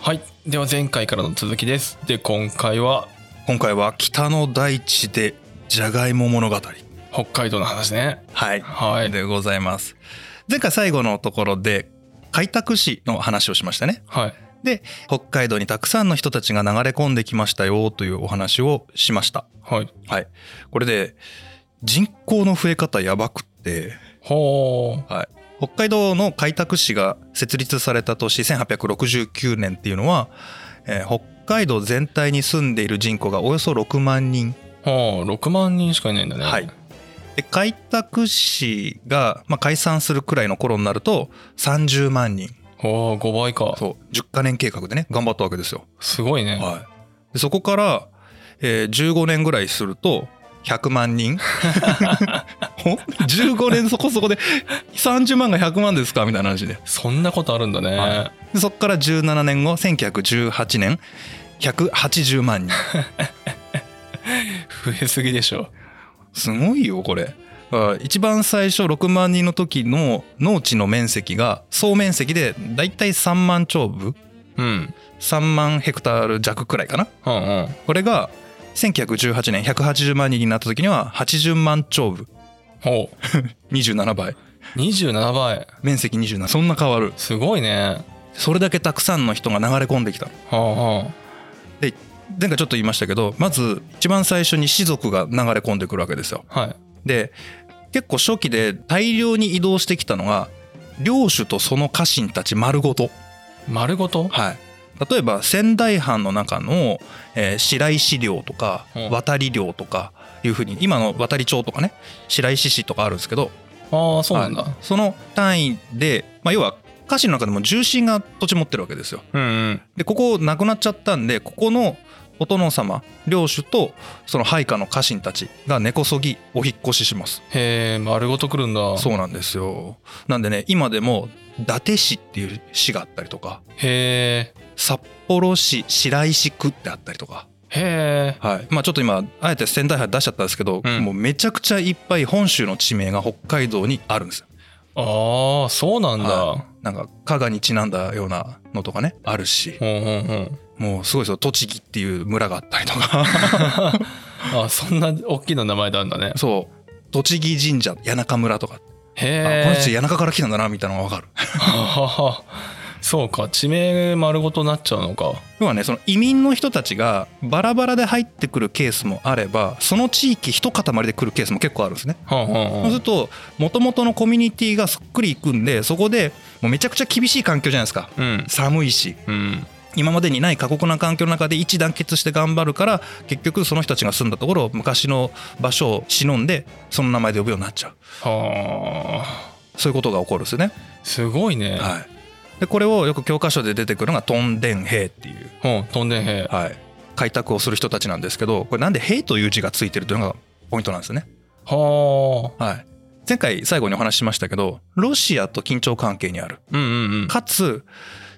はいでは前回からの続きですで今回は今回は北の大地でじゃがいも物語北海道の話ねはい、はいでございます前回最後のところで開拓史の話をしましたねはいで北海道にたくさんの人たちが流れ込んできましたよというお話をしましたはいはいこれで人口の増え方やばくってほうはい北海道の開拓市が設立された年1869年っていうのは、えー北海道全体に住んでいる人口がおよそ6万人ほう6万人しかいないんだねはい、で開拓市が、まあ、解散するくらいの頃になると30万人ほう5倍かそう10カ年計画でね頑張ったわけですよ、すごいね、はい、でそこから、えー15年ぐらいすると100万 人ほん15年そこそこで30万が100万ですかみたいな話でそんなことあるんだね、はでそこから17年後1918年180万人増えすぎでしょすごいよこれあ一番最初6万人の時の農地の面積が総面積でだいたい3万兆部うん3万ヘクタール弱くらいかなうんうんこれが1918年180万人になった時には80万兆部ほ27倍う27倍面積27そんな変わるすごいねそれだけたくさんの人が流れ込んできたはあはで前回ちょっと言いましたけどまず一番最初に士族が流れ込んでくるわけですよあはいで結構初期で大量に移動してきたのが領主とその家臣たち丸ごと、丸ごとはい、例えば仙台藩の中の、えー白石領とかうん渡り領とかいうふうに今の渡り町とかね白石市とかあるんですけどああそうなんだ、はいその単位で、まあ、要は家臣の中でも重臣が土地持ってるわけですよ。うんうんでここなくなっちゃったんでここのお殿様領主とその配下の家臣たちが根こそぎお引っ越しします。へえ丸ごと来るんだそうなんですよなんでね今でも伊達市っていう市があったりとかへえ札幌市白石区ってあったりとか、へえはいまあ、ちょっと今あえて仙台藩出しちゃったんですけど、うんもうめちゃくちゃいっぱい本州の地名が北海道にあるんですよ。ああそうなんだ、はいなんか加賀にちなんだようなのとかねあるしうんうんうんもうすごいですよ栃木っていう村があったりとか あそんな大きな名前であるんだねそう栃木神社谷中村とか、あこへの人え谷中から来たんだなみたいなのが分かる。 そうか地名丸ごとなっちゃうのか要はねその移民の人たちがバラバラで入ってくるケースもあればその地域一塊で来るケースも結構あるんですね。はあはあそうはすると元々のコミュニティがそっくりいくんでそこでもうめちゃくちゃ厳しい環境じゃないですかあうん寒いしうん今までにない過酷な環境の中で一致団結して頑張るから結局その人たちが住んだところを昔の場所を忍んでその名前で呼ぶようになっちゃうはあそういうことが起こるんですよね。すごいね、はい、でこれをよく教科書で出てくるのが「トンデン兵」っていううん飛んでんへはい、開拓をする人たちなんですけどこれなんで「兵」という字がついてるというのがポイントなんですね。はあはい、前回最後にお話ししましたけどロシアと緊張関係にあるうんうんうんかつ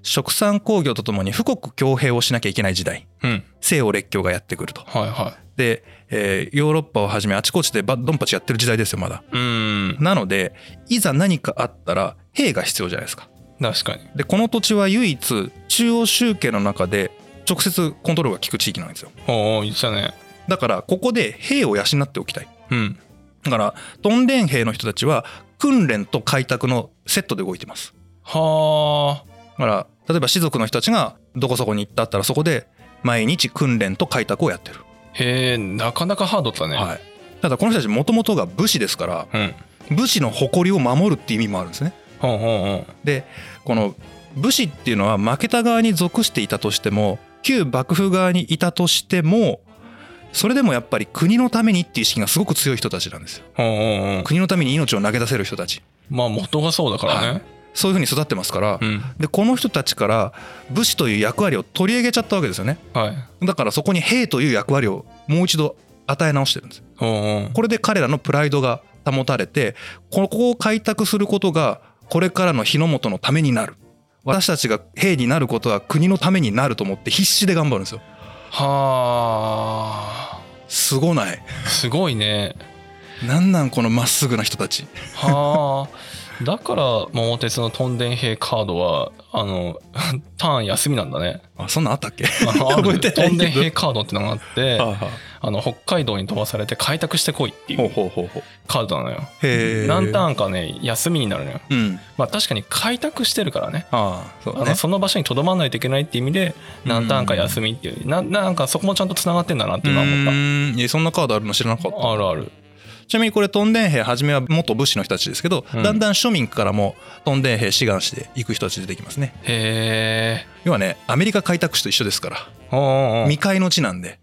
食産工業とともに富国強兵をしなきゃいけない時代うん西欧列強がやってくると。はいはで、えーヨーロッパをはじめあちこちでバドンパチやってる時代ですよまだ。いうんなのでいざ何かあったら兵が必要じゃないですか。確かにでこの土地は唯一中央集権の中で直接コントロールが効く地域なんですよ。おお言ってたねだからここで兵を養っておきたい。うんだからトンデン兵の人たちは訓練と開拓のセットで動いてますはあだから例えば士族の人たちがどこそこに行ったったらそこで毎日訓練と開拓をやってる、へえなかなかハードだね、はい、ただこの人たちもともとが武士ですからうん武士の誇りを守るって意味もあるんですねほうほうほうでこの武士っていうのは負けた側に属していたとしても旧幕府側にいたとしてもそれでもやっぱり国のためにっていう意識がすごく強い人たちなんですよほうほうほう国のために命を投げ出せる人たちまあ元がそうだからね、はいそういうふうに育ってますから、うんでこの人たちから武士という役割を取り上げちゃったわけですよねはいだからそこに兵という役割をもう一度与え直してるんですほうほうこれで彼らのプライドが保たれてここを開拓することがこれからの日の本のためになる私たちが兵になることは国のためになると思って必死で頑張るんですよはすごないあすごいねなんなんこのまっすぐな人たちはあだから桃鉄のトンデン兵カードはあのターン休みなんだねあそんなんあったっけあのある覚えてないトンデンけど兵カードってのがあってはあはあの北海道に飛ばされて開拓してこいっていあほううほうほうほうカードなのよへえ何ターンかね休みになるのようんまあ確かに開拓してるからねああそうあだねのその場所にとどまらないといけないって意味でうん何ターンか休みっていうななんかそこもちゃんとつながってんだなっていううのは思っーんえそんなカードあるの知らなかったたあるあるちなみにこれトンデン兵はじめは元武士の人たちですけど、うんだんだん庶民からもトンデン兵志願して行く人たち出てきますねへえ要はねアメリカ開拓史と一緒ですから、あー未開の地なんで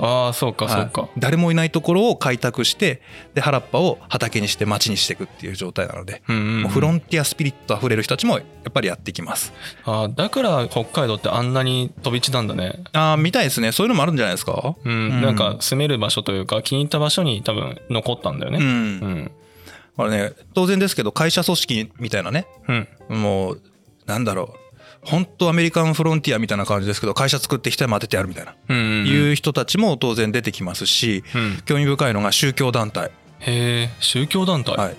あーそうかそうはかい誰もいないところを開拓してで原っぱを畑にして町にしていくっていう状態なので、うんうんもうフロンティアスピリットあふれる人たちもやっぱりやってきますあーだから北海道ってあんなに飛び地なんだねああ見たいですねそういうのもあるんじゃないですかうん、んなんか住める場所というか気に入った場所に多分残ったんだようねん、うんあれね当然ですけど会社組織みたいなねうんもうなんだろう本当アメリカンフロンティアみたいな感じですけど会社作って人も当ててやるみたいな、うんいう人たちも当然出てきますしうん興味深いのが宗教団体、へえ宗教団体はい、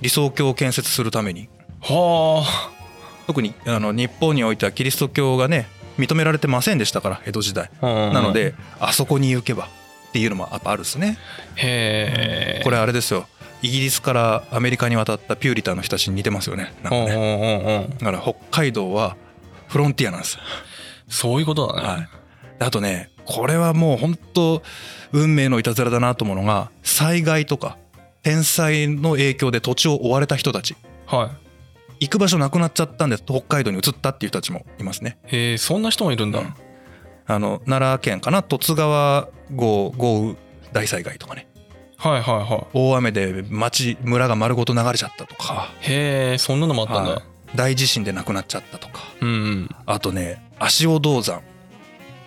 理想郷を建設するためにはあ特にあの日本においてはキリスト教がね認められてませんでしたから江戸時代ななのであそこに行けばっていうのもやっぱあるんですねへえこれれあれですよイギリスからアメリカに渡ったピューリタンの人たちに似てますよねなんかうんねうんうんうんだから北海道はフロンティアなんですそういうことだね、はいであとねこれはもう本当運命のいたずらだなと思うのが災害とか天災の影響で土地を追われた人たちは行く場所なくなっちゃったんで北海道に移ったっていう人たちもいますねい、へえそんな人もいるんだ、うんあの奈良県かな十津川豪豪雨大災害とかねはいはいは大雨で町村が丸ごと流れちゃったとかいへえそんなのもあったんだ、はい大地震で亡くなっちゃったとかうんうんあとね足尾銅山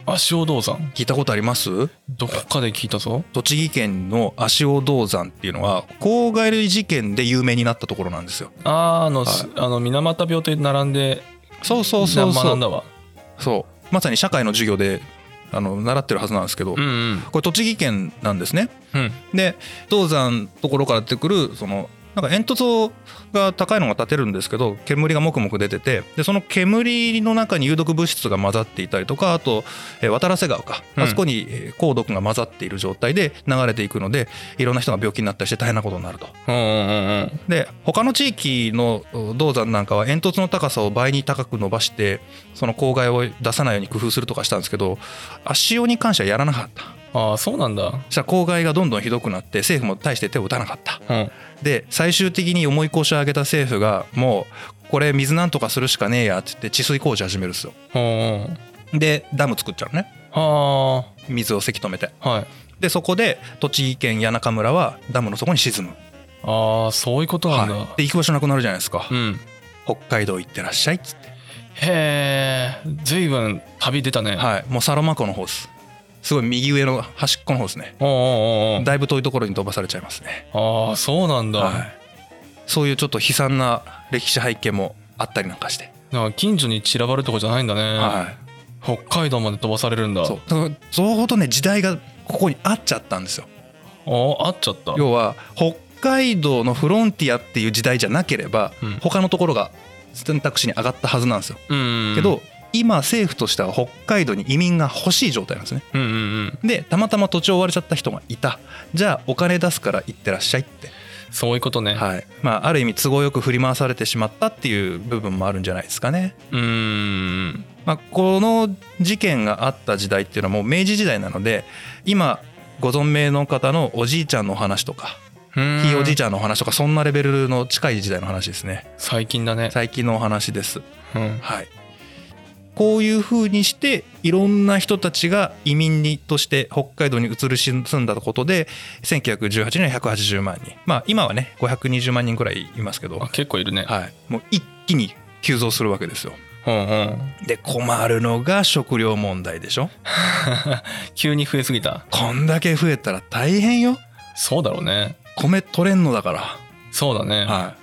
足尾銅山聞いたことありますどこかで聞いたぞ栃木県の足尾銅山っていうのは郊外事件で有名になったところなんですよあーあの,、はいあの水俣病と並んでそうそうそうそ学んうだわそうまさに社会の授業であの習ってるはずなんですけど、うんうんこれ栃木県なんですねうんで銅山のところから出てくるそのなんか煙突が高いのが立てるんですけど煙がもくもく出ててでその煙の中に有毒物質が混ざっていたりとかあと、えー渡良瀬川か、うんあそこにえー鉱毒が混ざっている状態で流れていくのでいろんな人が病気になったりして大変なことになると。うんうんうんで他の地域のお銅山なんかは煙突の高さを倍に高く伸ばしてその公害を出さないように工夫するとかしたんですけど足尾に関してはやらなかった。ああそうなんだそしたら公害がどんどんひどくなって政府も大して手を打たなかった。うんで最終的に重い腰を上げた政府がもうこれ水なんとかするしかねえやって言って治水工事始めるんですようんうんでダム作っちゃうのねあ水をせき止めてあはいでそこで栃木県谷中村はダムの底に沈む、ああそういうことなんだ、はい、で行く場所なくなるじゃないですか、うん北海道行ってらっしゃいっつって、へえ随分旅出たね、い、はい、もうサロマ湖の方ですすごい右上の端っこの方ですねおうおうおうだいぶ遠いところに飛ばされちゃいますね、おうああそうなんだ、はい、そういうちょっと悲惨な歴史背景もあったりなんかして、なんか近所に散らばるとこじゃないんだね、はい、北海道まで飛ばされるんだそうだからちょうどね時代がここに合っちゃったんですよあああっちゃった要は北海道のフロンティアっていう時代じゃなければうん他のところが選択肢に上がったはずなんですようんけど今政府としては北海道に移民が欲しい状態なんですねうんうんうんでたまたま土地を追われちゃった人がいたじゃあお金出すから行ってらっしゃいってそういうことね、はいまあある意味都合よく振り回されてしまったっていう部分もあるんじゃないですかねうーんまあ、この事件があった時代っていうのはもう明治時代なので今ご存命の方のおじいちゃんのお話とかひいおじゃいんちゃんのお話とかそんなレベルの近い時代の話ですね最近だね、最近のお話ですうん、はいこういうふうにしていろんな人たちが移民にとして北海道に移り住んだことで1918年は180万人まあ今はね520万人くらいいますけど、あは結構いるね、い、もう一気に急増するわけですようんうん、で困るのが食料問題でしょ急に増えすぎたこんだけ増えたら大変よそうだろうね米取れんのだかそうだね、ら。は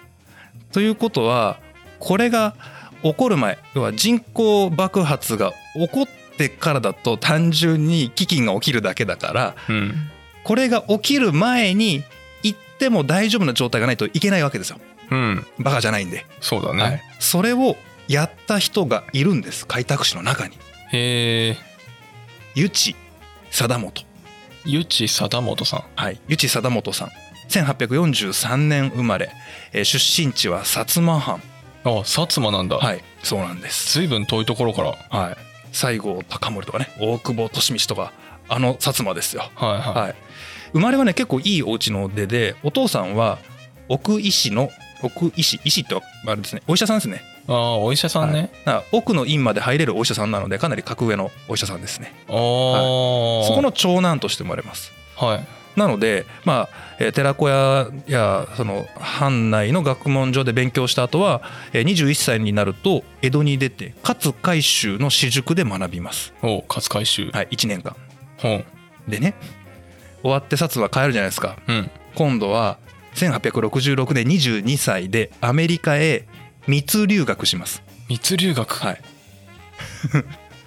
い、ということはこれが起こる前要は人口爆発が起こってからだと単純に飢饉が起きるだけだからうんこれが起きる前に行っても大丈夫な状態がないといけないわけですよ。うんバカじゃないんで、そうだね、はい、それをやった人がいるんです開拓史の中にへえ湯地貞元ゆち貞本さんはい湯地貞元さん1843年生まれ、えー出身地は薩摩藩あ薩摩なんだ、はいそうなんです、随分遠いところからはい、西郷隆盛とかね大久保利通とかあの薩摩ですよはいはい、はい、生まれはね結構いいお家の出でお父さんは奥医師の奥医師医師ってあれですねお医者さんですねああお医者さんね、はい奥の院まで入れるお医者さんなのでかなり格上のお医者さんですねああ、そこの長男として生まれますはいなのでまあえー寺子屋やその藩内の学問所で勉強した後はえー21歳になると江戸に出て勝海舟の私塾で学びます、お勝海舟はい、1年間本でね終わって薩摩帰るじゃないですかうん今度は1866年22歳でアメリカへ密留学します、密留学、はい、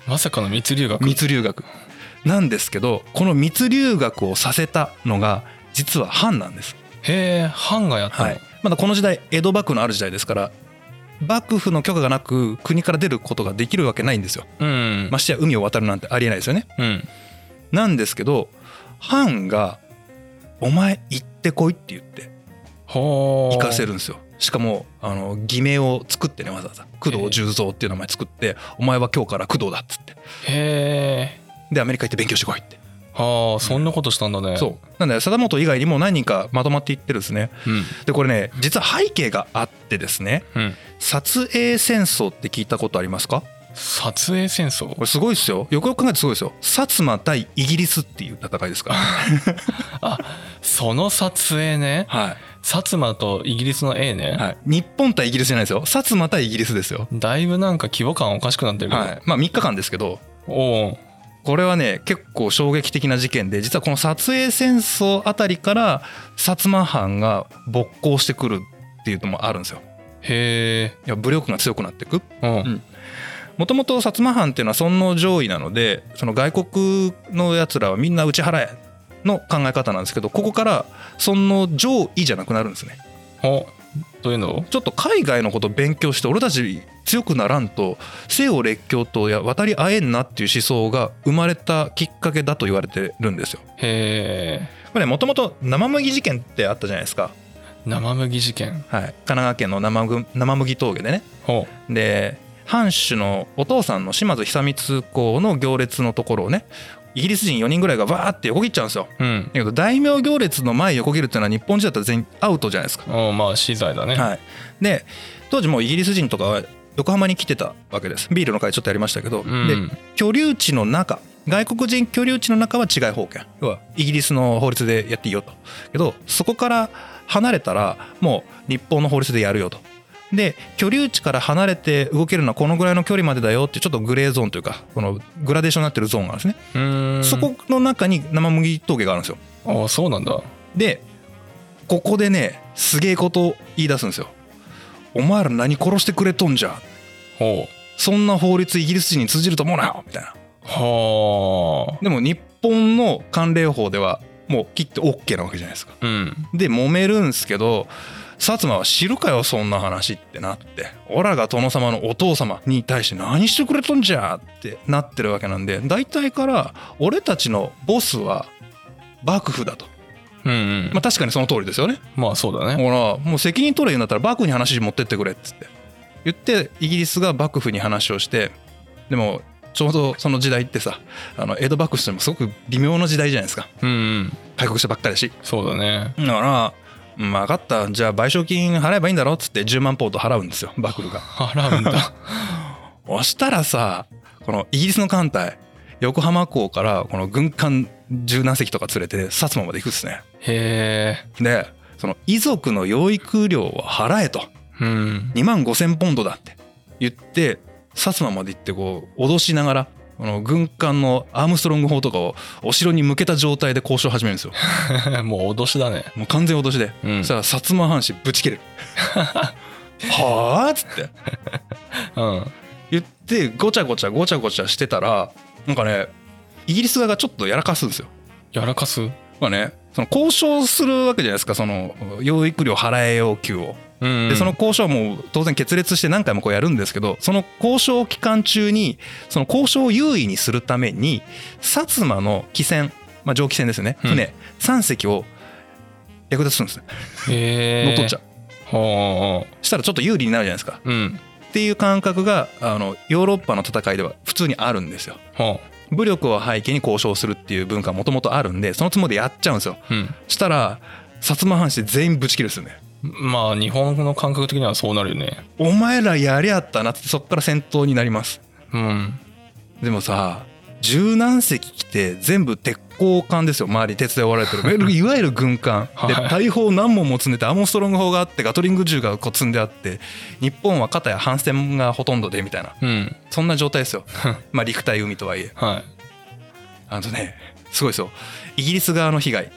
まさかの密留学密留学なんですけどこの密留学をさせたのが実は藩なんです、へえ藩がやったの、はい、まだこの時代江戸幕府のある時代ですから幕府の許可がなく国から出ることができるわけないんですようん、ましてや海を渡るなんてありえないですよねうんなんですけど藩が「お前行ってこい」って言ってほう行かせるるんですよしかもあの偽名を作ってねわざわざ工藤十三っていう名前作って「お前は今日から工藤だ」っつってへえでアメリカ行って勉強してこいって、ああそんなことしたんだねそうなんで貞本以外にも何人かまとまっていってるんですねうんでこれね実は背景があってですねうん撮影戦争って聞いたことありますか撮影戦争これすごいですよよくよく考えてすごいですよ薩摩対イギリスっていう戦いですからその撮影ね は薩摩とイギリスの A ね、い、はい、日本対イギリスじゃないですよ薩摩対イギリスですよだいぶなんか規模感おかしくなってるけど、はいまあ3日間ですけどおうこれはね結構衝撃的な事件で実はこの撮影戦争あたりから薩摩藩が勃興してくるっていうのもあるんですよ。へえいや武力が強くなっていくうん、んもともと薩摩藩っていうのは尊王攘夷なのでその外国のやつらはみんな打ち払えの考え方なんですけどここから尊王攘夷じゃなくなるんですねおどういうのちょっと海外のこと勉強して俺たち強くならんと西欧列強とや渡り合えんなっていう思想が生まれたきっかけだと言われてるんですよへえこれもともと生麦事件ってあったじゃないですか、生麦事件はい、神奈川県の生麦生麦峠でねおで藩主のお父さんの島津久光公の行列のところをねイギリス人4人ぐらいがわーって横切っちゃうんですようんだけど大名行列の前横切るっていうのは日本人だったら全員アウトじゃないですか、おまあ資材だね、はい、で当時もうイギリス人とかは横浜に来てたわけですビールの会ちょっとやりましたけど、うんで居留地の中外国人居留地の中は違い保険要はイギリスの法律でやっていいよとけどそこから離れたらもう日本の法律でやるよとで居留地から離れて動けるのはこのぐらいの距離までだよってちょっとグレーゾーンというかこのグラデーションになってるゾーンがあるんですね、うーんそこの中に生麦峠があるんですよあそうなんだでここでねすげえことを言い出すんですよお前ら何殺してくれとんじゃおそんな法律イギリス人に通じると思うなよみたいなはでも日本の慣例法ではもう切って OK なわけじゃないですか。あうんで揉めるんすけど薩摩は知るかよそんな話ってなってオラが殿様のお父様に対して何してくれとんじゃってなってるわけなんで大体から俺たちのボスは幕府だと。うんうんまあ確かにその通りですよね。まあそうだねほらもう責任取れ言うんだったら幕府に話持ってってくれっつって言ってイギリスが幕府に話をしてでもちょうどその時代ってさあの江戸幕府としてもすごく微妙な時代じゃないですかうんうん開国したばっかりだしそうだねだから「うん分かったじゃあ賠償金払えばいいんだろ」っつって10万ポート払うんですよ幕府が払うん だそしたらさこのイギリスの艦隊横浜港からこの軍艦十何隻とか連れて薩摩まで行くっすねへえでその遺族の養育料は払えとうん 2万5,000ポンドだって言って薩摩まで行ってこう脅しながらあの軍艦のアームストロング砲とかをお城に向けた状態で交渉を始めるんです よもう脅しだねもう完全脅しで、うんそしたら薩摩藩士ぶち 切れるはあっつってうん言ってごちゃごちゃごちゃごちゃしてたらなんかねイギリス側がちょっとやらかすんですよやらかすまあねその交渉するわけじゃないですかその養育料払え要求をうんうんでその交渉も当然決裂して何回もこうやるんですけどその交渉期間中にその交渉を優位にするために薩摩の汽船、まあ、蒸気船ですねうん船3隻を略奪するんですへえ乗っ取っちゃうほうほしたらちょっと有利になるじゃないですかううんっていう感覚があのヨーロッパの戦いでは普通にあるんですよほ武力を背景に交渉するっていう文化はもともとあるんでそのつもりでやっちゃうんですよううんしたら薩摩藩士全員ぶち切るんですよねまあ日本の感覚的にはそうなるよねお前らやりゃったなってそっから戦闘になりますうんでもさ十何隻来て全部鉄鋼艦ですよ周り鉄で覆われてる いわゆる軍艦ではい大砲何門も積んでてアーモンストロング砲があってガトリング銃がこう積んであって日本は肩や反戦がほとんどでみたいなうんそんな状態です よまあ陸対海とはいえはいあのねすごいですよイギリス側の被害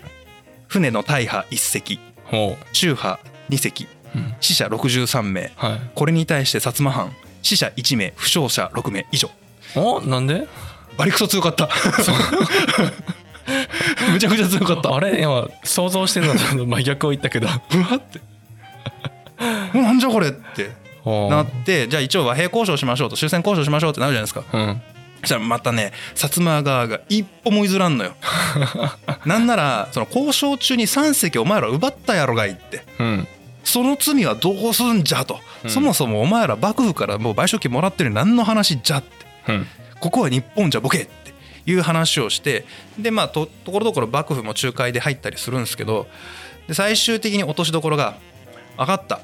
船の大破1隻ほ中破2隻う、うん、死者63名はいこれに対して薩摩藩死者1名負傷者6名以上おなんでバリクソ強かった むちゃくちゃ強かったあれ今想像してるのと真逆を言ったけど うわってなんじゃこれってほうなってじゃあ一応和平交渉しましょうと終戦交渉しましょうってなるじゃないですかうんそしたらまたね薩摩側が一歩も譲ら んのよなんならその交渉中に3隻お前ら奪ったやろがいってうんその罪はどうすんじゃと、うんそもそもお前ら幕府からもう賠償金もらってる何の話じゃってうんここは日本じゃボケっていう話をしてでまあとところどころ幕府も仲介で入ったりするんですけどで最終的に落としどころが「分かった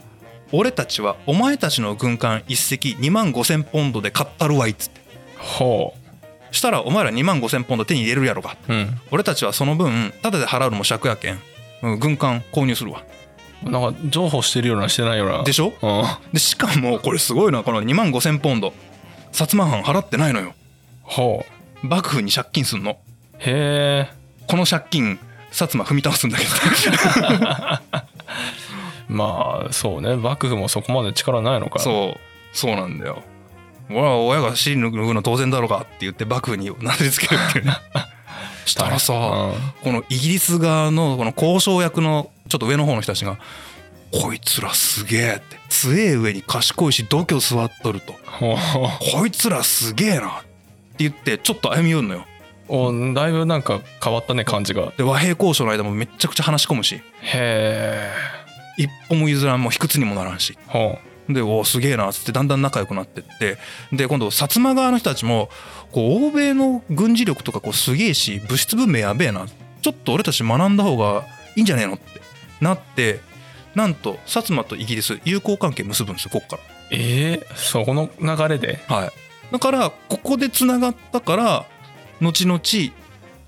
俺たちはお前たちの軍艦一隻2万5,000ポンドで買ったるわい」っつってほしたらお前ら2万5,000ポンド手に入れるやろかううん俺たちはその分タダで払うのも借やけん、うん、軍艦購入するわなんか譲歩してるようなしてないようなでしょうんでしかもこれすごいなこの2万5,000ポンド薩摩藩払ってないのよほう幕府に借金すんのへえこの借金薩摩踏み倒すんだけどまあそうね幕府もそこまで力ないのかそうそうなんだよ俺は親が尻拭うの当然だろうかって言って幕府になすりつけるっていうね したらさこのイギリス側のこの交渉役のちょっと上の方の人たちが「こいつらすげえ」って「強え上に賢いし度胸座っとる」とうんほう「こいつらすげえな」って言ってちょっと歩み寄るのよおだいぶなんか変わったね感じがで和平交渉の間もめっちゃくちゃ話し込むしへ一歩も譲らんもう卑屈にもならんしえほでおおすげえなっつってだんだん仲良くなってってで今度薩摩側の人たちもこう欧米の軍事力とかこうすげえし物質文明やべえなちょっと俺たち学んだ方がいいんじゃねえのってなってなんと薩摩とイギリス友好関係結ぶんですよこっかうえー、そこの流れでら。はい、だからここでつながったから後々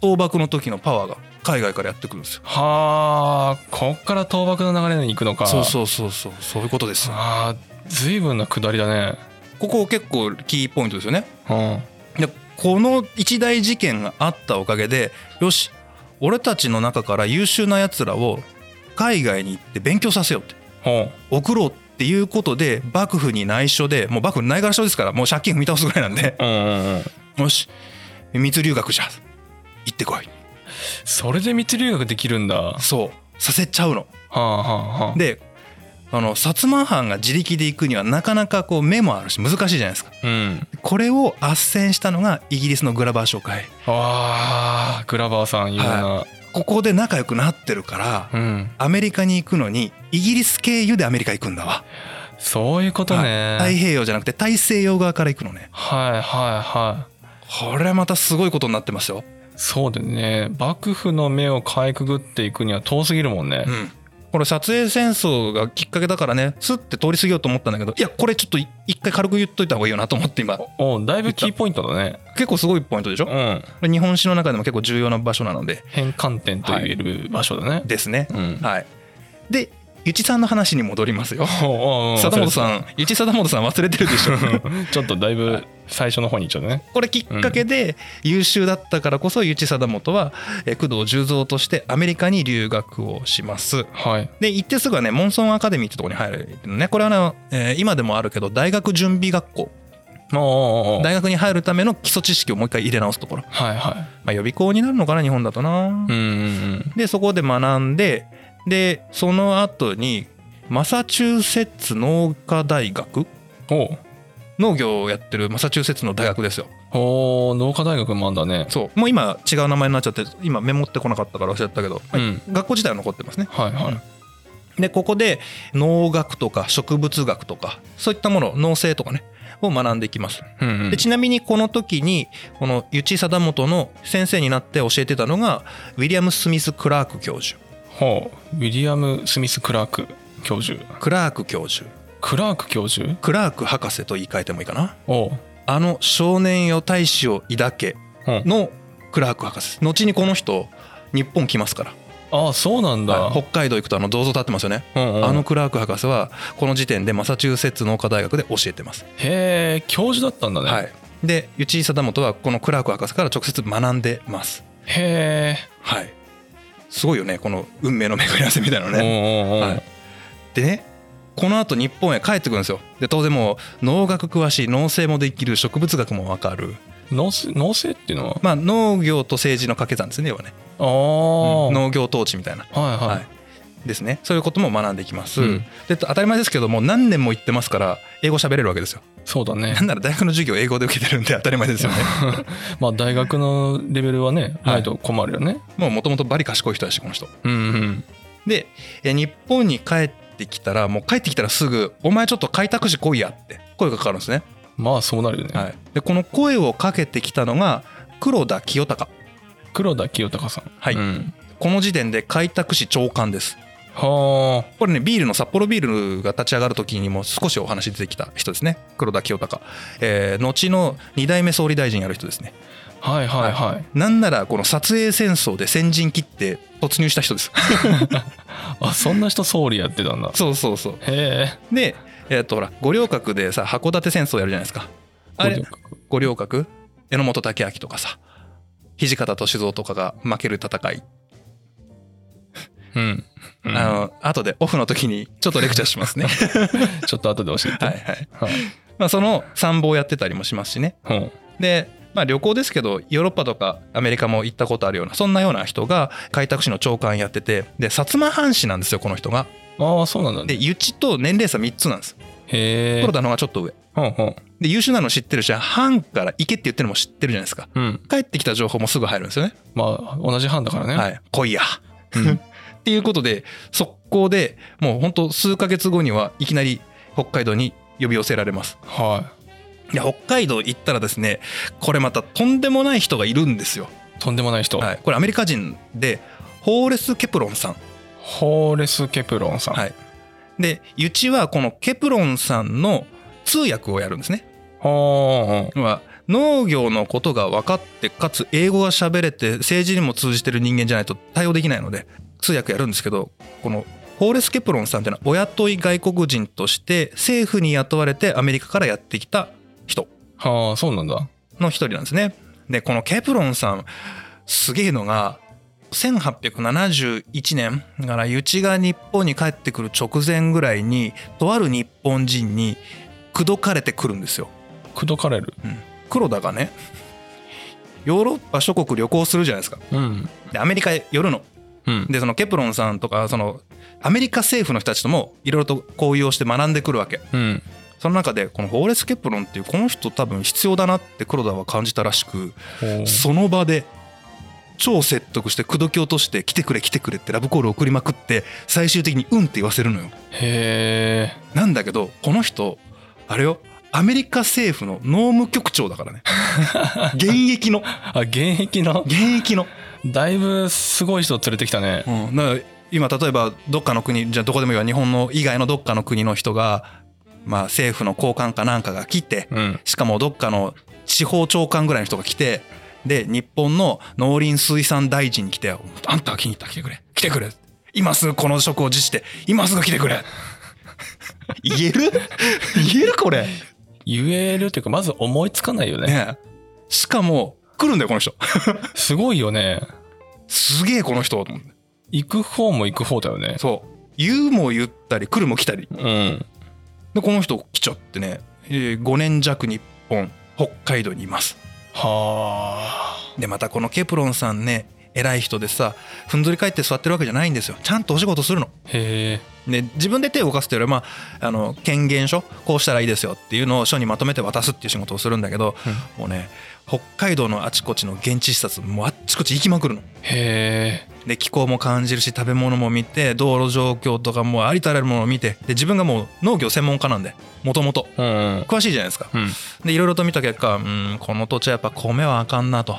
倒幕の時のパワーが海外からやってくるんですよ。はあこっから倒幕の流れに行くのかそうそうそうそうそういうことです。あー随分な下りだねここ結構キーポイントですよね。うんでこの一大事件があったおかげでよし俺たちの中から優秀なやつらを海外に行って勉強させようってほ送ろうっていうことで幕府に内緒でもう幕府にないがらしょですからもう借金踏み倒すぐらいなんで ううんうんうんよし密留学じゃ行ってこいそれで密留学できるんだはそうさせちゃうのあはあはあであの薩摩藩が自力で行くにはなかなかこう目もあるし難しいじゃないですかうんこれを斡旋したのがイギリスのグラバー商会あーグラバーさん有名な、ここで仲良くなってるからうんアメリカに行くのにイギリス経由でアメリカ行くんだわそういうことね太平洋じゃなくて大西洋側から行くのねはいはいはいこれまたすごいことになってますよ、そうだよね幕府の目をかいくぐっていくには遠すぎるもんね、うん、これ撮影戦争がきっかけだからねスッて通り過ぎようと思ったんだけどいやこれちょっとい一回軽く言っといた方がいいよなと思って今おだいぶキーポイントだね結構すごいポイントでしょうこんれ日本史の中でも結構重要な場所なので変換点と言える場所だね、ですねうんはいでゆちさんの話に戻りますよおおお貞本んさんゆち貞本さん忘れてるでしょちょっとだいぶ最初の方に行っちゃったねこれきっかけで優秀だったからこそユチ貞元はえー工藤十三としてアメリカに留学をします。はいで行ってすぐはねモンソンアカデミーってとこに入るのねこれはね、えー今でもあるけど大学準備学校おおおお大学に入るための基礎知識をもう一回入れ直すところ、はいはまあ、予備校になるのかな日本だとな、いうんうんでそこで学んででその後にマサチューセッツ農科大学おう農業をやってるマサチューセッツの大学ですよおー農科大学もあんだねそうもう今違う名前になっちゃって今メモってこなかったから忘れてたけど、まあうん学校自体は残ってますねはいはいでここで農学とか植物学とかそういったもの農政とかねを学んでいきますうんうんでちなみにこの時にこのユチ貞元の先生になって教えてたのがウィリアム・スミス・クラーク教授ほうウィリアム・スミス・クラーク教授クラーク教授クラーク教授クラーク博士と言い換えてもいいかなおうあの少年よ大使を抱けうんのクラーク博士です後にこの人日本来ますから、ああそうなんだ、はい北海道行くとあの銅像立ってますよね、うんうんあのクラーク博士はこの時点でマサチューセッツ農科大学で教えてます、へえ教授だったんだね、はいで内井貞元はこのクラーク博士から直接学んでますへはいすごいよねこの運命の巡り合わせみたいなのえ、ね、おうおうおうはい、でねこのあと日本へ帰ってくるんですよで当然もう農学詳しい農政もできる植物学もわかる、農政農政っていうのはまあ、農業と政治の掛け算ですね要はね、ああ、農業統治みたいな、はいはい、はいですねそういうことも学んでいきます、うんで当たり前ですけども何年も行ってますから英語喋れるわけですよそうだね なんなら大学の授業英語で受けてるんで当たり前です よねまあ大学のレベルはねはいないと困るよね、もうもともとバリ賢い人だしこの人うんでえ日本に帰ってきたらもう帰ってきたらすぐ「お前ちょっと開拓士来いや」って声がかかるんですねうんまあそうなるよね、はい、でこの声をかけてきたのが黒田清隆黒田清隆さんはいうんこの時点で開拓士長官ですはこれねビールの札幌ビールが立ち上がる時にも少しお話出てきた人ですね黒田清隆、えー後の2代目総理大臣やる人ですねあはいはいはい、なんならこの撮影戦争で先陣切って突入した人です あそんな人総理やってたんだそうそうそうへでえっ、とほら五稜郭でさ函館戦争やるじゃないですかえあれ五稜郭榎本武明とかさ土方歳三とかが負ける戦いうん、うんあの後でオフの時にちょっとレクチャーします ね。ちょっと後で教えてはいはい。はい、まあその参謀やってたりもしますしね。うんで、まあ旅行ですけどヨーロッパとかアメリカも行ったことあるようなそんなような人が開拓使の長官やっててで薩摩藩士なんですよこの人が。ああそうなんだねで湯地と年齢差3つなんです。へえ黒田の方がちょっと上。うんうんで優秀なの知ってるし藩から行けって言ってるのも知ってるじゃないですか。うん帰ってきた情報もすぐ入るんですよね。まあ同じ班だからね、はい。来いや。うん っていうことで速攻でもうほんと数ヶ月後にはいきなり北海道に呼び寄せられます。はいや北海道行ったらですねこれまたとんでもない人がいるんですよ、いとんでもない人、はい、これアメリカ人でホーレス・ケプロンさん、ホーレス・ケプロンさん、はい、でユチはこのケプロンさんの通訳をやるんですねは要は農業のことが分かってかつ英語が喋れて政治にも通じてる人間じゃないと対応できないので通訳やるんですけどこのホーレス・ケプロンさんっていうのはお雇い外国人として政府に雇われてアメリカからやってきた人あはあそうなんだの一人なんですね。でこのケプロンさんすげえのが1871年だからユチが日本に帰ってくる直前ぐらいにとある日本人に口説かれてくるんですよ。口説かれる黒田がねヨーロッパ諸国旅行するじゃないですか。うんでアメリカへ寄るの。うんでそのケプロンさんとかそのアメリカ政府の人たちともいろいろと交流をして学んでくるわけ。うんその中でこのホーレス・ケプロンっていうこの人多分必要だなって黒田は感じたらしく。ほうその場で超説得して口説き落として来てくれ来てくれってラブコール送りまくって最終的にうんって言わせるのよへえなんだけどこの人あれよアメリカ政府の農務局長だからね現役のあ現役の現役の、だいぶすごい人連れてきたねうん、だから今例えばどっかの国じゃあどこでもいいわ日本の以外のどっかの国の人がまあ政府の高官かなんかが来てうんしかもどっかの地方長官ぐらいの人が来てで日本の農林水産大臣に来て「あんたは気に入った来てくれ来てくれ今すぐこの職を辞して今すぐ来てくれ」 言える 言えるこれ、言えるっていうかまず思いつかないよねねえ、しかも来るんだよこの人すごいよねすげえこの人と思って行く方も行く方だよねそう言うも言ったり来るも来たりうんでこの人来ちゃってね5年弱日本北海道にいますはあでまたこのケプロンさんね偉い人でさふんぞり返って座ってるわけじゃないんですよちゃんとお仕事するのへえで自分で手を動かすというよりは、まあ、あの権限書こうしたらいいですよっていうのを書にまとめて渡すっていう仕事をするんだけど、もうね北海道のあちこちの現地視察もうあっちこち行きまくるの。へえで気候も感じるし食べ物も見て道路状況とかもうありとあらゆるものを見てで自分がもう農業専門家なんでもともとうんうん詳しいじゃないですか。うんでいろいろと見た結果うんこの土地はやっぱ米はあかんなと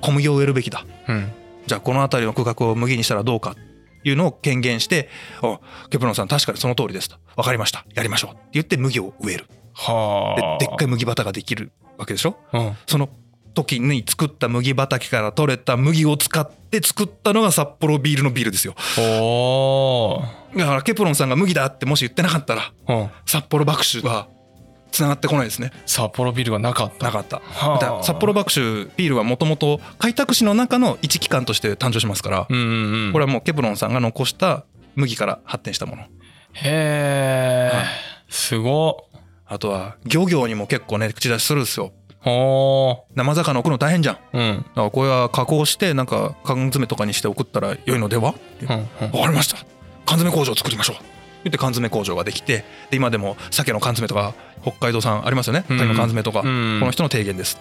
小麦を植えるべきだうんじゃあこの辺りの区画を麦にしたらどうかっていうのを権限して「あケプロンさん確かにその通りです」と「分かりましたやりましょう」って言って麦を植えるではあでっかい麦畑ができるわけでしょうんその時に作った麦畑から取れた麦を使って作ったのが札幌ビールのビールですよおーだからケプロンさんが麦だってもし言ってなかったらうん札幌爆酒は繋がってこないですね札幌ビールがなかったなかったはあだから札幌爆酒ビールはもともと開拓史の中の一機関として誕生しますから、うんうんうんこれはもうケプロンさんが残した麦から発展したものへえ、はいすごっあとは漁業にも結構ね口出しするんですよほ生魚送るの大変じゃんだーうんからこれは加工してなんか缶詰とかにして送ったら良いのではってうんうんわかりました缶詰工場を作りましょう言って缶詰工場ができてで今でも鮭の缶詰とか北海道産ありますよねうん鮭の缶詰とか、うんこの人の提言です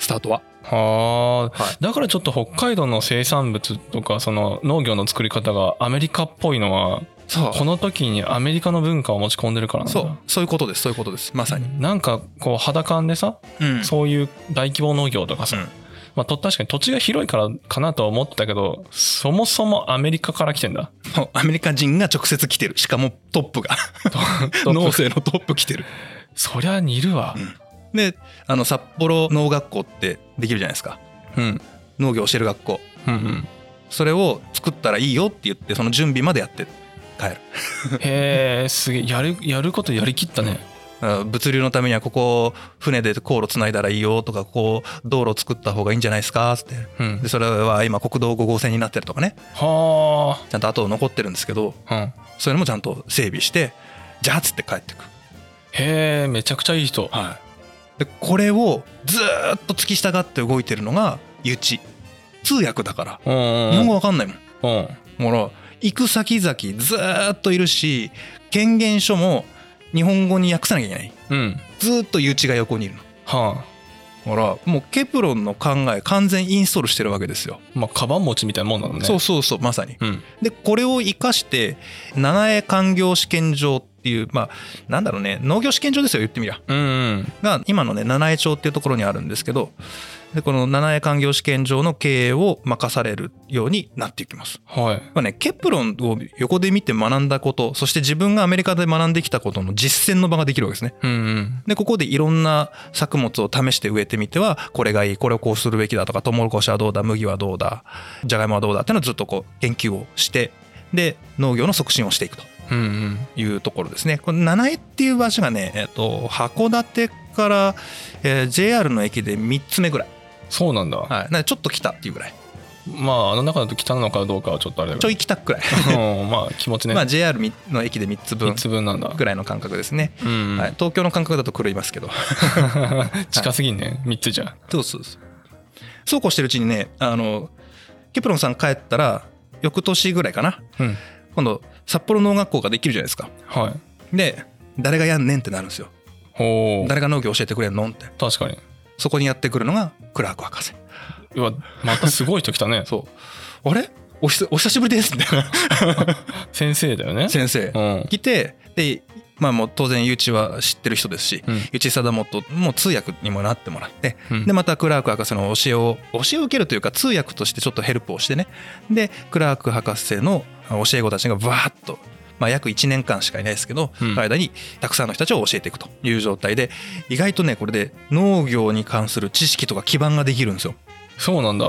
スタートははあ、はいだからちょっと北海道の生産物とかその農業の作り方がアメリカっぽいのはそうこの時にアメリカの文化を持ち込んでるからなんだそうそういうことですそういうことですまさに、なんかこう肌感でさ、うんそういう大規模農業とかさ、うんまあ、と確かに土地が広いからかなとは思ってたけどそもそもアメリカから来てんだもうアメリカ人が直接来てるしかもトップがと農政のトップ来てるそりゃ似るわであの札幌農学校ってできるじゃないですかうん農業教える学校うんうんそれを作ったらいいよって言ってその準備までやって帰るへえすげえやるやることやりきったねあ物流のためにはここ船で航路つないだらいいよとかここ道路作った方がいいんじゃないですかっつってうんでそれは今国道5号線になってるとかねはちゃんと後残ってるんですけどあうんそういうのもちゃんと整備してじゃあっつって帰ってくへえめちゃくちゃいい人はい、でこれをずーっと突き従って動いてるのがゆち通訳だからうんうん日本語わかんないもん、うんほら行く先々ずーっといるし権限書も日本語に訳さなきゃいけないうんずーっとゆちが横にいるのはあほらもうケプロンの考え完全インストールしてるわけですよ、まあカバン持ちみたいなもんなのねそうそうそうまさにうんでこれを生かして七重官業試験場っていうまあなんだろうね農業試験場ですよ言ってみりゃうんうんが今のね七重町っていうところにあるんですけどでこの七重官業試験場の経営を任されるようになっていきます。はいまあね、ケプロンを横で見て学んだことそして自分がアメリカで学んできたことの実践の場ができるわけですね。うんうんでここでいろんな作物を試して植えてみてはこれがいいこれをこうするべきだとかトウモロコシはどうだ麦はどうだじゃがいもはどうだっていうのをずっとこう研究をしてで農業の促進をしていくと。うんうんいうところですね。この七重っていう場所がね、えっと、函館から、えー JR の駅で3つ目ぐらい、そうなんだ、はい、なんでちょっと来たっていうぐらいまああの中だと汚いのかどうかはちょっとあれだちょけい来たくらい、ど うんまあ気持ちね、まあ、JR みの駅で3つ分3つ分なんだぐらいの感覚ですね、うんうん、はい東京の感覚だと狂いますけど 近すぎんね3つじゃそうそうそうそうこうしてるうちにねあのケプロンさん帰ったら翌年ぐらいかなうん今度札幌農学校ができるじゃないですかはいで誰がやんねんってなるんですよほう誰が農業教えてくれんのって確かにそこにやってくるのがクラーク博士うわまたすごい人来たね そう。あれおひお久しぶ りですみたいな先生だよね先生うん来てでまあもう当然ゆうちは知ってる人ですし、うんゆちさだもともう通訳にもなってもらって、うんでまたクラーク博士の教えを教えを受けるというか通訳としてちょっとヘルプをしてねでクラーク博士の教え子たちがわーっと、まあ、約1年間しかいないですけど、うん間にたくさんの人たちを教えていくという状態で意外とねこれで農業に関する知識とか基盤ができるんですよ。そうなんだ、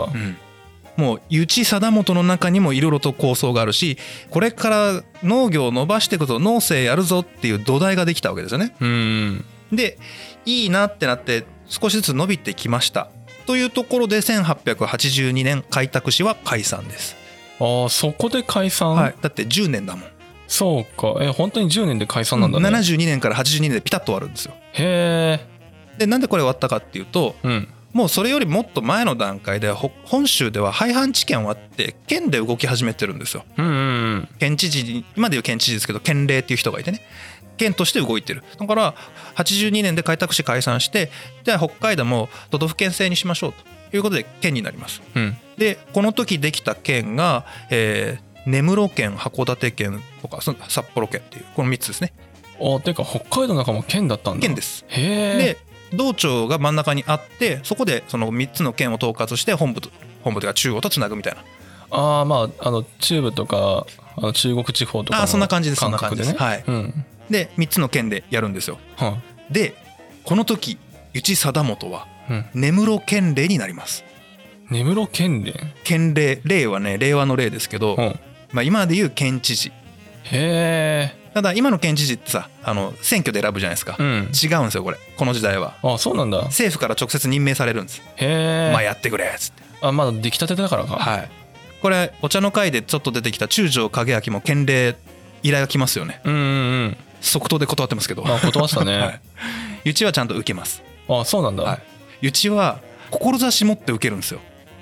もうゆち貞元の中にもいろいろと構想があるしこれから農業を伸ばしていくぞ農政やるぞっていう土台ができたわけですよね。うんうんでいいなってなって少しずつ伸びてきました。というところで1882年開拓市は解散です。ああそこで解散、はい、だって10年だもん。そうかえ本当に10年で解散なんだね、 72年から82年でピタッと終わるんですよ。へえでなんでこれ終わったかっていうとうんもうそれよりもっと前の段階でほ本州では廃藩置県終わって県で動き始めてるんですよ。うんうんううん県知事今でいう県知事ですけど県令っていう人がいてね県として動いてるだから82年で開拓市解散してじゃあ北海道も都道府県制にしましょうということで県になりますうんでこの時できた県が、えー根室県函館県とかそ札幌県っていうこの3つですねあてか北海道の中も県だったんだ県ですへえで道庁が真ん中にあってそこでその3つの県を統括して本部と本部というか中央とつなぐみたいなああまああの中部とかあの中国地方とかあーそんな感じですそ感んな感覚じでですねはいうんで3つの県でやるんですよはでこの時由知貞元はいうん根室県令になります根室県連県令令はね令和の令ですけど、うんへまあ、今でいう県知事えただ今の県知事ってさあの選挙で選ぶじゃないですか、うん違うんですよこれこの時代はあそうなんだ政府から直接任命されるんです、へえまあやってくれっつってあまだ出来たてだからかはいこれお茶の会でちょっと出てきた中条景明も県令依頼が来ますよねうんうんうん即答で断ってますけど、まあ断ってたね、 はい、ゆちはちゃんと受けますあそうなんだ、はいゆちは志持って受けるんですよ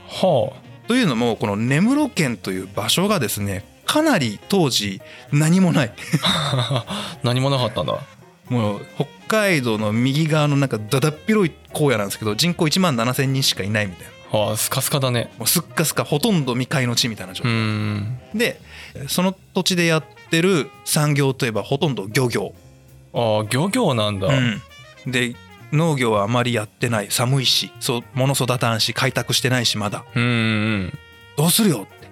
はというのもこの根室県という場所がですねかなり当時何もない あ 何もなかったんだもう北海道の右側のなんかだだっ広い荒野なんですけど人口1万7,000人しかいないみたいなあスカスカだねもうすっかすかほとんど未開の地みたいな状う態、んでその土地でやってる産業といえばほとんど漁業、あ漁業なんだ、うんで農業はあまりやってない寒いしそう物育たんし開拓してないしまだうんうんどうするよって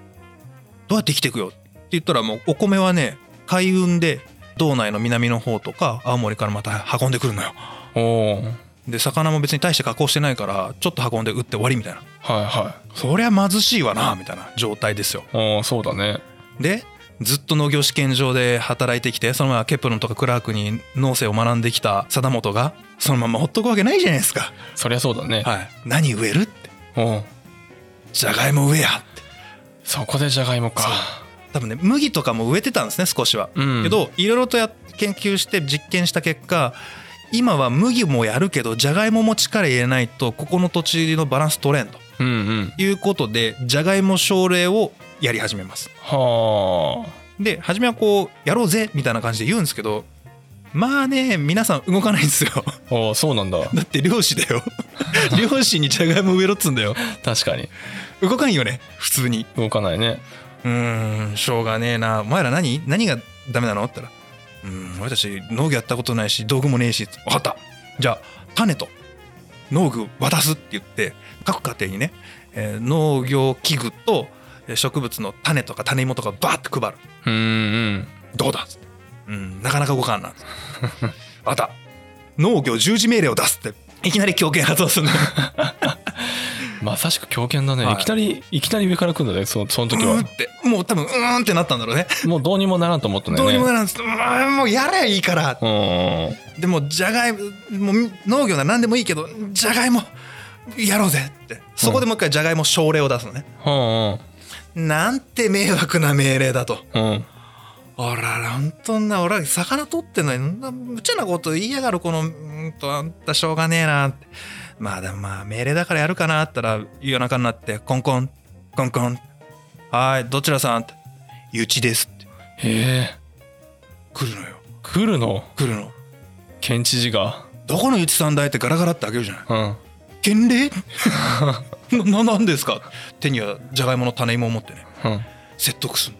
どうやって生きていくよって言ったらもうお米はね海運で道内の南の方とか青森からまた運んでくるのよおおーで魚も別に大して加工してないからちょっと運んで売って終わりみたいなはいはそりゃ貧しいわなみたいな状態ですよいおーそうだねでずっと農業試験場で働いてきてそのままケプロンとかクラークに農政を学んできた貞本がそのままほっとくわけないじゃないですか、そりゃそうだね、はい、何植えるっておおーじゃがいも植えやってそこでじゃがいもか多分ね麦とかも植えてたんですね少しはう、ん、けどいろいろとや研究して実験した結果今は麦もやるけどじゃがいもも力入れないとここの土地のバランス取れんとうんうんいうことでじゃがいも奨励をやり始めますはあで初めはこうやろうぜみたいな感じで言うんですけどまあね皆さん動かないんですよ おーそうなん だだって漁師だよ 漁師にじゃがいも植えろっつうんだよ確かに動かんよね普通に動かないねうーんしょうがねえなお前ら何何がダメなのって言ったら「うーん俺たち農業やったことないし道具もねえし」分かったじゃあ種と農具渡す」って言って各家庭にね、えー農業器具とえー植物の種とか種芋とかバーって配るうんうん「どうだ?」っつって「うんなかなか動かんな」「あた農業十字命令を出す」っていきなり狂犬発動するのまさしく狂犬だね、はいい、きなりいきなり上から来るんだねそのそのう時ーんはってもう多分うーんってなったんだろうねもうどうにもならんと思ったんだどようねにもならんっつって「うーんもうやれいいから」うんでもじゃがいもう農業なら何でもいいけどじゃがいもやろうぜってそこでもう一回じゃがいも奨励を出すのね、うんなんて迷惑な命令だとうんうんおららんとんな俺ら魚取ってんのにんな無茶なこと言いやがるこのうんとあんたしょうがねえなってまあでもまあ命令だからやるかなって言ったら夜中になってコンコンコンコンはーいどちらさんって「ゆちです」ってへえ来るのよ来るの来るの県知事がどこのゆちさんだいってガラガラって開けるじゃないうん県令 なななんですか手にはじゃがいもの種芋を持ってねうん説得する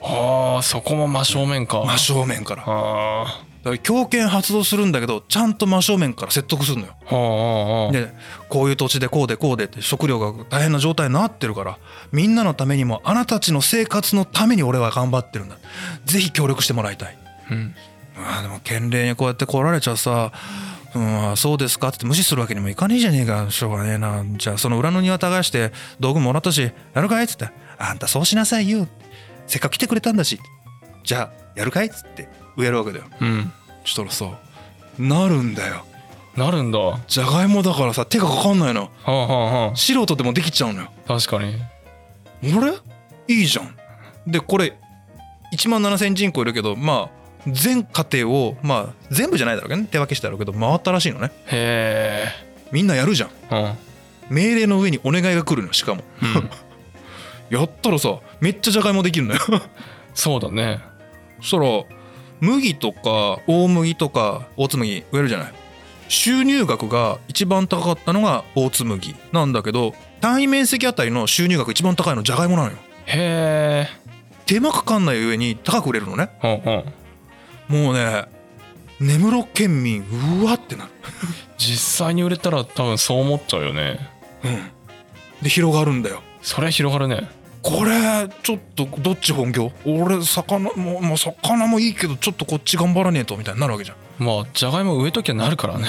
ああそこも真正面か真正面からだかあら強権発動するんだけどちゃんと真正面から説得するのよあはあはあでこういう土地でこうでこうでって食料が大変な状態になってるからみんなのためにもあなたたちの生活のために俺は頑張ってるんだぜひ協力してもらいたいうんあーでも県令にこうやって来られちゃさ「うんあそうですか」って無視するわけにもいかねえじゃねえかしょうがねえなじゃあその裏の庭耕して道具もらったしやるかいっつって「あんたそうしなさいよせっかく来てくれたんだしじゃあやるかい?」っつって植えるわけだようんそしたらさなるんだよなるんだはじゃがいもだからさ手がかかんないのあはあは素人でもできちゃうのよあ確かにあれいいじゃんでこれ1万7,000人口いるけどまあ全家庭をまあ全部じゃないだろうけどね手分けしてだろうけど回ったらしいのねへみんなやるじゃんえうん命令の上 にお願いが来るのしかも、やったらさめっちゃじゃがいもできるのよそうだねそしたら麦とか大麦とか大麦植えるじゃない収入額が一番高かったのが大麦なんだけど単位面積あたりの収入額一番高いのじゃがいもなのよへえ手間かかんない上に高く売れるのねうんうんもうね根室県民うわってなる実際に売れたら多分そう思っちゃうよねうんで広がるんだよそれは広がるねこれちょっとどっち本業俺魚ももう魚もいいけどちょっとこっち頑張らねえとみたいになるわけじゃんまあじゃがいも植えときゃなるからね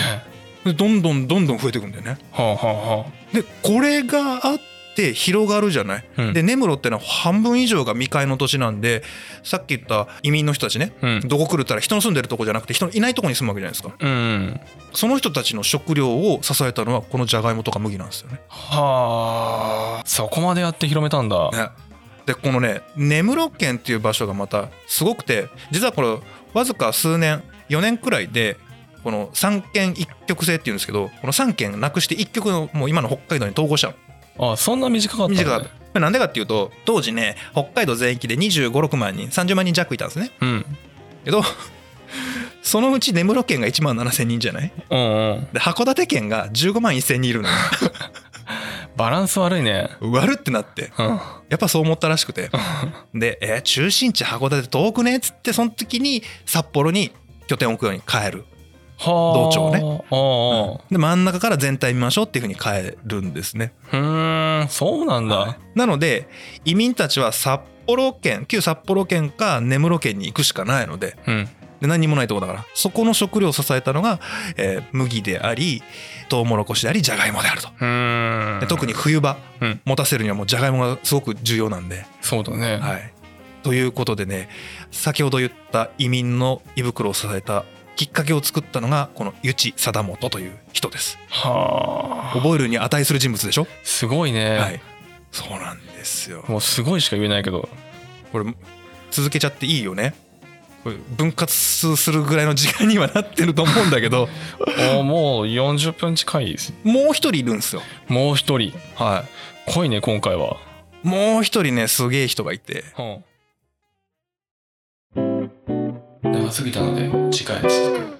でどんどんどんどん増えていくんだよねはあはでこれがあって広がるじゃない、あはあうんで根室ってのは半分以上が未開の土地なんでさっき言った移民の人たちねうんどこ来るったら人の住んでるとこじゃなくて人のいないとこに住むわけじゃないですかうんその人たちの食料を支えたのはこのじゃがいもとか麦なんですよねはあそこまでやって広めたんだねでこのね根室県っていう場所がまたすごくて実はこれわずか数年4年くらいでこの三県一極制っていうんですけどこの三県なくして一極のもう今の北海道に統合しちゃうあそんな短かったんだね短かったこれなんでかっていうと当時ね北海道全域で2 5 6万人30万人弱いたんですねうんけど そのうち根室県が1万7,000人じゃないうんうんで函館県が15万1,000人いる のよバランス悪いね悪ってなってうんやっぱそう思ったらしくてで、えー中心地函館遠くねっつってその時に札幌に拠点を置くように変える同調ねああで真ん中から全体見ましょうっていうふうに変えるんですねふーんそうなんだ、なので移民たちは札幌県旧札幌県か根室県に行くしかないのでうんで何にもないとこだからそこの食料を支えたのが、えー麦でありトウモロコシでありじゃがいもであるとうーでん特に冬場、うん持たせるにはもうじゃがいもがすごく重要なんで、そうだね、はい、ということでね先ほど言った移民の胃袋を支えたきっかけを作ったのがこの湯地貞元という人ですはあ覚えるに値する人物でしょ、すごいね、はいそうなんですよもうすごいしか言えないけどこれ続けちゃっていいよねこれ分割するぐらいの時間にはなってると思うんだ けどおもう40分近いですもう一人いるんですよもう一人はい濃いね今回は、もう一人ねすげえ人がいて長すぎたので次回続く